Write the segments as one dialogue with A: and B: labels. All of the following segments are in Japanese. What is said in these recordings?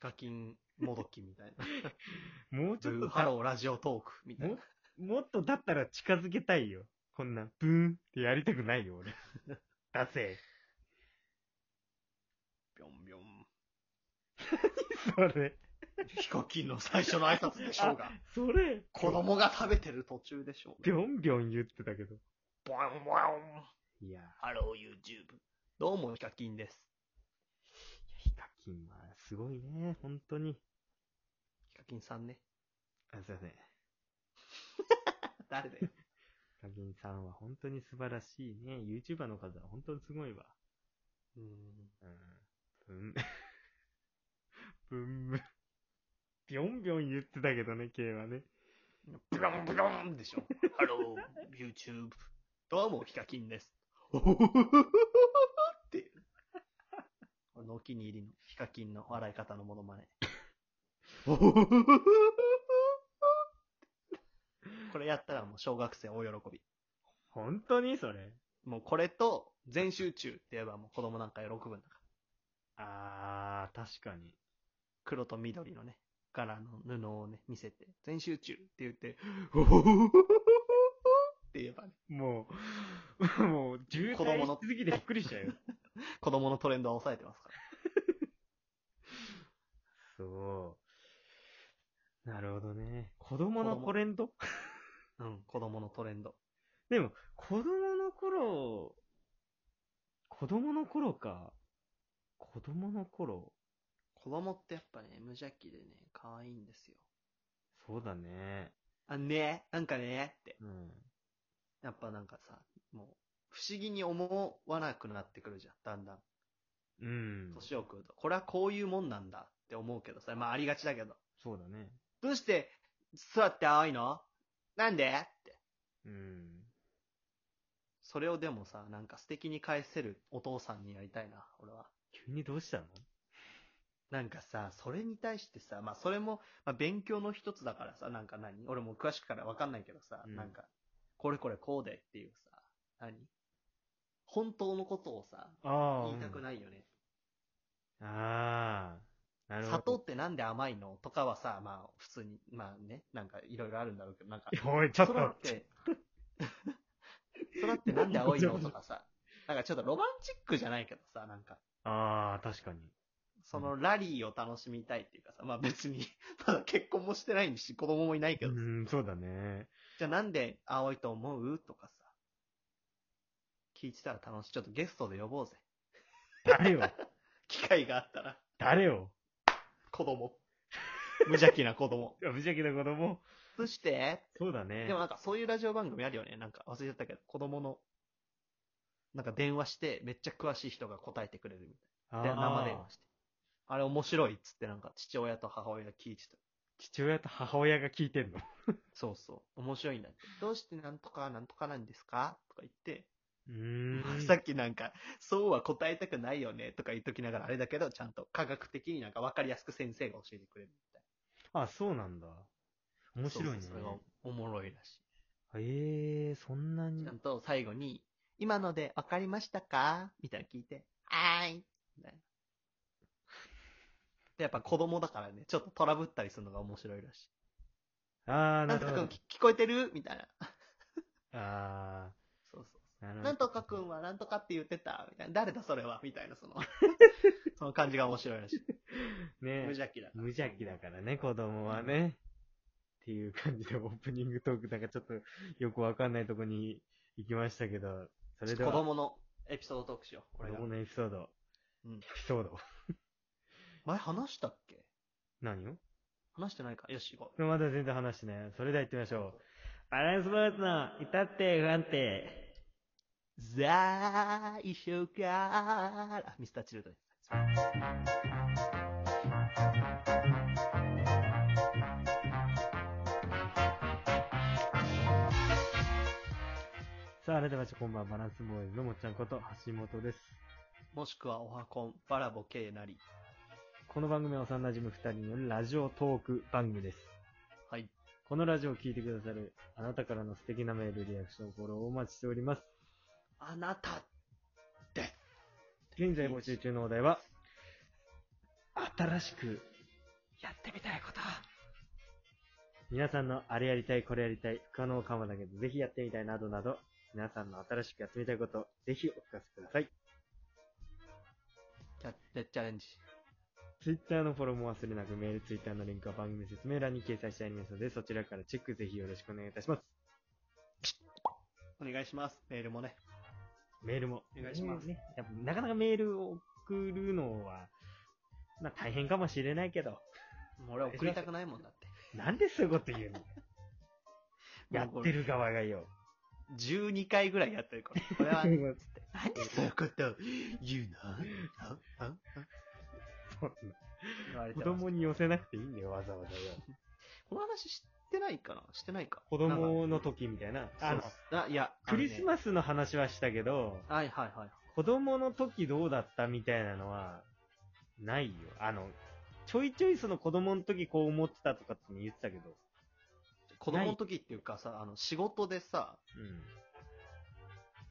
A: カキンもどきみたい な。
B: もうちょっと
A: ハ
B: た、
A: ローラジオトークみたいな
B: も。もっとだったら近づけたいよ。こんな、ブーンってやりたくないよ、俺。 だせ。
A: ぴょんぴょん。
B: それ。
A: ヒカキンの最初の挨拶でしょうが。
B: それ。
A: 子供が食べてる途中でしょう
B: ビ
A: が。
B: ョンビョン言ってたけど。
A: ボンボン。
B: いや、
A: ハロー YouTube。どうもヒカキンです。
B: ヒカキンはすごいね、本当に。
A: ヒカキンさんね。
B: あ、すいません。ヒ
A: 誰だよ。
B: カキンさんは本当に素晴らしいね。YouTuber の方は本当にすごいわ。
A: うーん。
B: うん。ブンブン。ビョンビョン言ってたけどね、K はね。
A: ブロンブロンでし ょ。ハロー、YouTube。どうも、ヒカキンです。おほほほほほほっていう。このお気に入りのヒカキンの笑い方のモノマネ。おほほほほほほ これやったらもう小学生大喜び。
B: 本当にそれ。
A: もうこれと全集中って言えばもう子供なんか喜ぶんだから。
B: あー、確かに。
A: 黒と緑のね、柄の布をね、見せて、全集中って言って、 おほほほほほほって言えばね、
B: もう、 もう、渋
A: 子供
B: 滞
A: の
B: しすぎてびっくりしちゃ うよ。
A: 子供のトレンドは抑えてますから。
B: そう。なるほどね。子供の
A: 子供
B: トレンド
A: うん、子供のトレンド。
B: でも、子供の頃、子供の頃か。子供の頃。
A: 子供ってやっぱね、無邪気でね、可愛いんですよ。
B: そうだね。
A: あ、ねなんかねって。
B: うん。
A: やっぱなんかさ、もう、不思議に思わなくなってくるじゃん、だんだん。
B: うん。
A: 年を食うと。これはこういうもんなんだって思うけどさ、まあありがちだけど。
B: そうだね。
A: どうして、座って青いのなんでって。
B: うん。
A: それをでもさ、なんか素敵に返せるお父さんになりたいな、俺は。
B: 急にどうしたの
A: なんかさ、それに対してさ、まあそれも、まあ勉強の一つだからさ、なんか何俺も詳しくからわかんないけどさ、
B: うん
A: なんか、これこれこうでっていうさ、何本当のことをさ、
B: あ
A: 言いたくないよね。
B: い。ああ。なるほど。
A: 砂糖ってなんで甘いのとかはさ、まあ普通に、まあね、なんかいろいろあるんだろうけど、なんか、
B: おい、ちょっと。
A: 空って、空ってなんで青いのとかさ、なんかちょっとロマンチックじゃないけどさ、なんか、
B: ああ、確かに。
A: そのラリーを楽しみたいっていうかさ、まあ別に、 まだ結婚もしてないし、子供もいないけ
B: う
A: どさ、
B: ん、そうだね。
A: じゃあなんで青いと思うとかさ、聞いてたら楽しい。ちょっとゲストで呼ぼうぜ。
B: 誰を
A: 機会があったら、
B: 誰を
A: 子 供。無邪気な子供。
B: いや無邪気な子供。
A: そして、
B: そうだね。
A: でもなんかそういうラジオ番組あるよね。なんか忘れちゃったけど、子供の、なんか電話して、めっちゃ詳しい人が答えてくれるみたいな。
B: あ
A: で
B: ー
A: 生電話して。あれ面白いっつってなんか父親と母親が聞いてた。
B: 父親と母親が聞いてんの。
A: そうそう。面白いんだって。どうしてなんとかなんとかなんですかとか言って、
B: うーん。
A: さっきなんか、そうは答えたくないよねとか言っときながらあれだけど、ちゃんと科学的になんか分かりやすく先生が教えてくれるみたい
B: あ、そうなんだ。
A: な。
B: 面白いね。
A: そうそうそれがおもろいらし。
B: ええそんないに
A: ちゃ。んと最後に、今ので分かりましたかみたいな聞いて、はーい。みたいな。で、やっぱ子供だからね、ちょっとトラブったりするのが面白いらしい。
B: ああ、
A: な
B: なんる
A: と
B: ほ
A: か
B: ど
A: 君。聞こえてるみたいな。
B: あ
A: そうそう。
B: あ、なるほど。
A: なんとかくんはなんとかって言ってた、みたいな。誰だそれはみたいな、そ の、その感じが面白いらしい。無
B: ね
A: 邪気だから。
B: 無邪気だからね、子供はね。っていう感じでオープニングトークなんかちょっとよくわかんないとこに行きましたけど、それでは
A: 子供のエピソードトークしよう。
B: 子
A: 俺が。
B: 供のエピソード。
A: うん
B: エピソード。
A: 前話したっけ
B: 何を
A: 話してないか。よし、行こ
B: まだ全然話してない。それでは行ってみましょう。バランスボールの至って不安定。
A: う。最初から、ミスターチルドレン。
B: さあ、改めましてこんばんは、バランスボーイズのもっちゃんこと橋本です。
A: もしくは、おはこん、バラボケなり。
B: この番組は幼馴染二人によるラジオトーク番組です。
A: はい。
B: このラジオを聞いてくださるあなたからの素敵なメール、リアクション、フォローをお待ちしております。
A: あなた、です。
B: 現在募集中のお題は、新しく
A: やってみたいこと。
B: 皆さんのあれやりたい、これやりたい、不可能かもだけど、ぜひやってみたいなどなど、皆さんの新しくやってみたいこと、ぜひお聞かせください。
A: やってチャレンジ。
B: Twitter のフォローも忘れなく、メール、Twitter のリンクは番組説明欄に掲載してありますので、そちらからチェックぜひよろしくお願いいたします。
A: お願いします。メールもね。
B: メールも。
A: お願いします
B: ね。やっぱなかなかメールを送るのは、まあ大変かもしれないけど、
A: もう俺は送りたくないもんだって。
B: なんでそういうこと言うのやってる側がよ。
A: 12回ぐらいやってるから。これは、何でそんなこと言うのああ
B: そんな
A: 言わ れ
B: 子
A: てます
B: 供に寄せなくていいんだよ、わざわざよ。
A: この話してないかなしてないか。
B: 子供の時みたいな。あ
A: なん
B: の
A: か、そうあ、いや、
B: クリス
A: ス
B: マスの話はしたけど、
A: はいはいはい。
B: 子供の時どうだったみたいなのは、ないよ。あの、ちょいちょいその子供の時こう思ってたとかって言ってたけど、
A: 子供の時っていうかさ、あの、仕事でさ、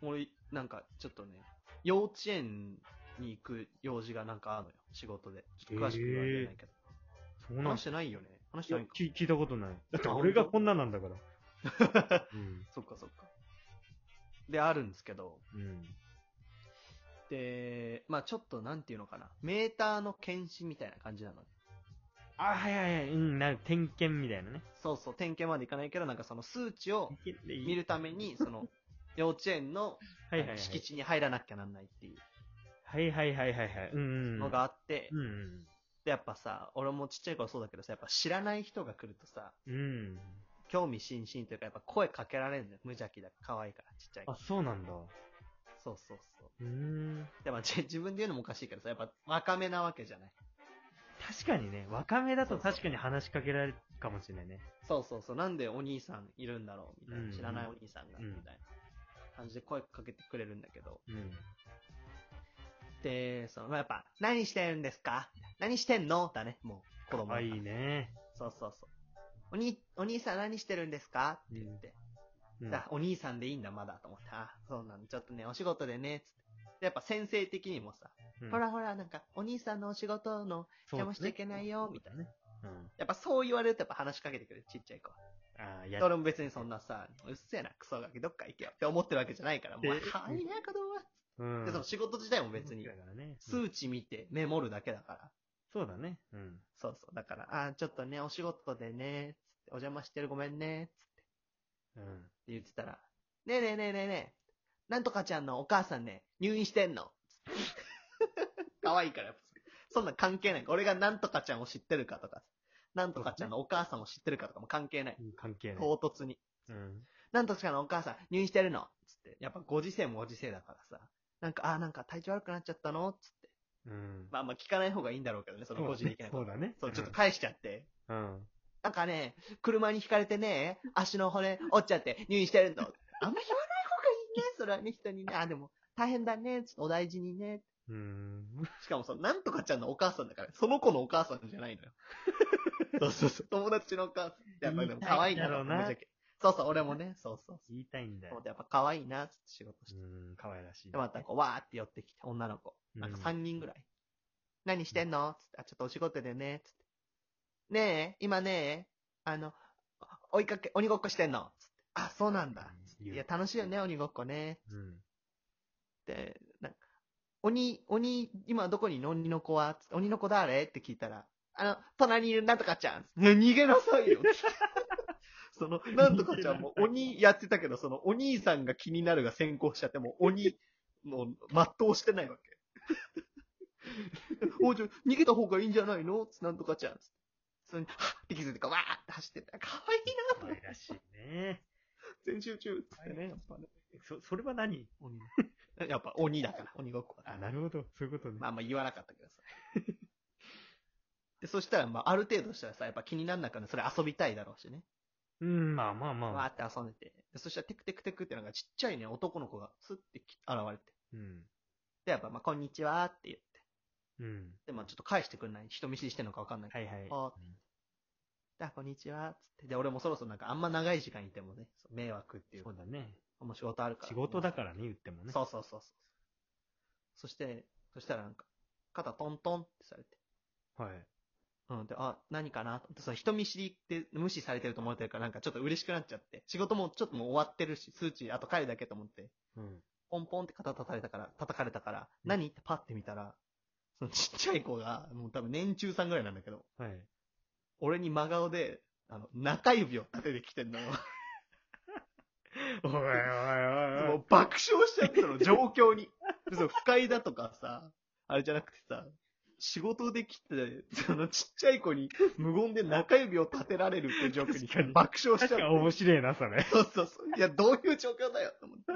B: うん。
A: 俺、なんか、ちょっとね、幼稚園に行く用事がなんかあるのよ。仕事で。ちょっと詳しく言われないけど。
B: そうなんだ
A: 話してないよね。話し
B: い
A: て
B: や
A: ないか。
B: 聞聞いたことない。だって
A: あ
B: 俺がこんななんだ から。うん。
A: そっかそっか。で、あるんですけど、
B: うん。
A: で、まあちょっとなんていうのかな。メーターの検視みたいな感じなの。
B: あ、はいはいはい。うん、なる点検みたいなね。
A: そうそう、点検までいかないけど、なんかその数値を見
B: 見。
A: るために、そ の、幼稚園の
B: はいはいはい。
A: 敷地に入らなきゃなんないっていう
B: はいはいはいはいはい。うんうん。
A: のがあって、
B: うんうん。
A: で、やっぱさ、俺もちっちゃい頃そうだけどさ、やっぱ知らない人が来るとさ、
B: うん。
A: 興味津々というか、やっぱ声かけられるんだよ。無邪気だから、可愛いから、ちっちゃいか
B: あ、
A: ら。
B: そうなんだ。
A: そうそうそう。
B: うーん。
A: で、まあ、じ自分で言うのもおかしいけどさ、やっぱ若めなわけじゃない。
B: 確かにね、若めだと確かに話しかけられるかもしれないね。
A: そうそうそう、なんでお兄さんいるんだろうみたいな、
B: うん
A: 知らないお兄さんが、
B: うん
A: みたいな感じで声かけてくれるんだけど。
B: うん。
A: で、その、まあ、やっぱ、何してるんですか何してんのだね、もう、子供。
B: あ、いいね。
A: そうそうそう。おに、お兄さん何してるんですかって言って。
B: うん
A: だお兄さんでいいんだ、まだ、と思って。あ、そうなんだ。ちょっとね、お仕事でね、つって。でやっぱ先生的にもさ、
B: うん
A: ほらほら、なんか、お兄さんのお仕事の邪魔しちゃいけないよみたいな。やっぱそう言われるとやっぱ話しかけてくる、ちっちゃい子は。
B: そうねあー、
A: で
B: や
A: 俺も別にそんなさ、うっせえな、クソガキ、どっか行けよって思ってるわけじゃないから、もう、
B: え
A: はいいな、子供は。
B: うん
A: で、その仕事自体も別に
B: だ、からね。うん
A: 数値見てメモるだけだから。
B: そうだね。うん。
A: そうそう。だから、あーちょっとね、お仕事でね、つってお邪魔してるごめんね、つって
B: うん。
A: 言ってたら、ねえねえねえねえねえ、なんとかちゃんのお母さんね、入院してん の。可愛いから、やっぱそんなん関係ない。俺がなんとかちゃんを知ってるかとか、なんとかちゃんのお母さんを知ってるかとかも関係ない。
B: うん関係ない。
A: 唐突に。
B: うん。
A: なんとかちゃんのお母さん入院してるの。つって。やっぱご時世もご時世だからさ。なんか、あーなんか体調悪くなっちゃったのつって。
B: うん。
A: まあまあ聞かない方がいいんだろうけどね、その個人的な
B: そ
A: こと。
B: うだね。
A: そう、ちょっと返しちゃって。
B: うん。
A: なんかね、車にひかれてね、足の骨折っちゃって入院してるの。あんま言わない方がいいね、それはね、人にね。あ、でも、大変だね、ちょっとお大事にね。
B: うん。
A: しかもその、なんとかちゃんのお母さんだから、その子のお母さんじゃないのよ。そうそうそう。友達のお母さん。やっぱりでも可愛いんだろうな。
B: 言いたいんだろうな
A: ぶっちゃけそうそう、俺もね、そうそう
B: 言いたいんだ
A: そう。
B: よ。
A: やっぱ可愛いな、つって仕事して。
B: うん、可愛らしい。
A: で、またこう、わーって寄ってきて、女の子。
B: うん
A: なんか3人ぐらい。何してんのつって、あ、ちょっとお仕事でね、つって。ねえ、今ねえ、あの、お追いかけ、鬼ごっこしてんのつって。あ、そうなんだ。
B: うん
A: いや、楽しいよね、鬼ごっこね。
B: うん。
A: で、なんか、鬼、鬼、今どこにいるの鬼の子はつって鬼の子誰って聞いたら、あの、隣にいるなんとかちゃん。ね逃げなさいよ。 その、なんとかちゃんも鬼やってたけど、その、お兄さんが気になるが先行しちゃって、もう鬼の全うしてないわけ。 おじゃ、逃げた方がいいんじゃないのつなんとかちゃん。それに、はっって気づいて、わーって走ってった。かわいいなと
B: 可
A: 思って。
B: 愛らしいね。
A: 全集中。つってね、やっぱね。
B: そ、それは何
A: 鬼。やっぱ鬼だから、鬼ごっこは。
B: あ、なるほど。そういうことね。
A: まああんま言わなかったけどさ。 で、そしたら、まあ、ある程度したらさ、やっぱ気になんなくなる。それ遊びたいだろうしね。
B: うん、まあまあま
A: わー
B: あ。
A: って遊んでて。でそしたら、テクテクテクってなんかちっちゃいね、男の子がスッてき現れて。
B: うん。
A: で、やっぱ、まあ、こんにちはって言って。
B: うん。
A: で、まあ、ちょっと返してくんない。人見知りしてんのかわかんないけ
B: はいはい。
A: あど。あ、こんにちはっつって。で、俺もそろそろなんか、あんま長い時間いてもね、そう迷惑っていう
B: そ。うだね。
A: もう仕事あるから。
B: 仕事だからね、言ってもね。
A: そうそうそうそう。そして、そしたらなんか、肩トントンってされて。
B: はい。
A: うん、で、あ、何かなと思って、その人見知りって無視されてると思ってるから、なんかちょっと嬉しくなっちゃって、仕事もちょっともう終わってるし、数値あと帰るだけと思って、
B: うん。
A: ポンポンって肩叩かれたから、叩かれたから、何ってパッて見たら、そのちっちゃい子が、もう多分年中さんぐらいなんだけど、
B: はい。
A: 俺に真顔で、あの、中指を立ててきてんのよ。
B: おいおい
A: も
B: おいおい。
A: う爆笑しちゃって、その状況に。その不快だとかさ、あれじゃなくてさ、仕事で来て、そのちっちゃい子に無言で中指を立てられるっていう状況
B: 確か
A: に
B: に
A: 爆笑
B: 確
A: しちゃ
B: か
A: って
B: に。面白いな、それ。
A: そうそうそう。いや、どういう状況だよ、と思って。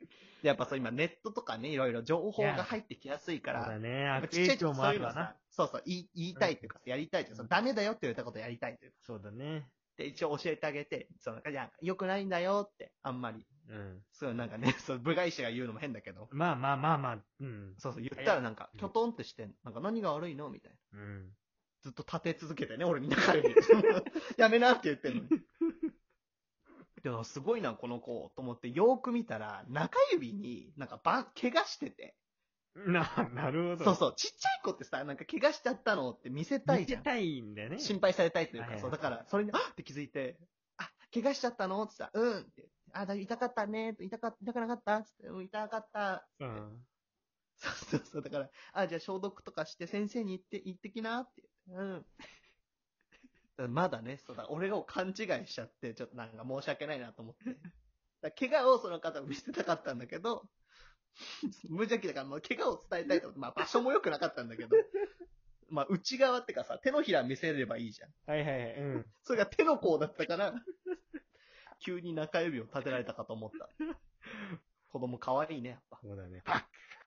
A: でやっぱそう、今ネットとかね、いろいろ情報が入ってきやすいか
B: そうだ
A: ら、
B: ね、
A: まあ
B: 悪
A: ちっち
B: 影
A: ゃい子
B: 響も
A: そ
B: あ
A: ういう
B: る
A: の
B: わな
A: さ。、そうそう、言い言いたいというか、やりたいというか、そのダメだよって言われたことやりたいというか、
B: そうだね。
A: で、一応教えてあげて、その、いや、良くないんだよって、あんまり。
B: うん。
A: そう、なんかね、そう、部外者が言うのも変だけど、
B: まあまあまあまあ、うん。
A: そうそう、言ったらなんか、
B: うん
A: きょとんってしてんのなんか何が悪いのみたいな。
B: うん。
A: ずっと立て続けてね、 俺に中指。やめなって言ってん のに。でもすごいな、この子、と思って、よーく見たら、中指になんかばん、怪我してて。
B: な、なるほど。
A: そうそう、ちっちゃい子ってさ、なんか怪我しちゃったのって見せたい
B: 見
A: じ
B: せ
A: ゃん。
B: たいんだよね。
A: 心配されたいという
B: はい
A: か、
B: はい
A: そう、だから、それに、あっって気づいて、あ、怪我しちゃったのって言ったら、うんって。あ、だ痛かったねって痛か、痛くなかったつって、うん、痛かった。
B: うん。
A: そうそうそう。だから、あ、じゃあ消毒とかして先生に行って、行ってきなって。うん。だからまだね、そうだ、俺を勘違いしちゃって、ちょっとなんか申し訳ないなと思って。だから怪我をその方見せたかったんだけど、 無邪気だからもう怪我を伝えたいと思って、まあ場所も良くなかったんだけど、まあ内側ってかさ、手のひら見せればいいじゃん。
B: はいはいはい。うん。
A: それが手の甲だったから、急に中指を立てられたかと思った。子供可愛いね、やっぱ。
B: そうだね。パッ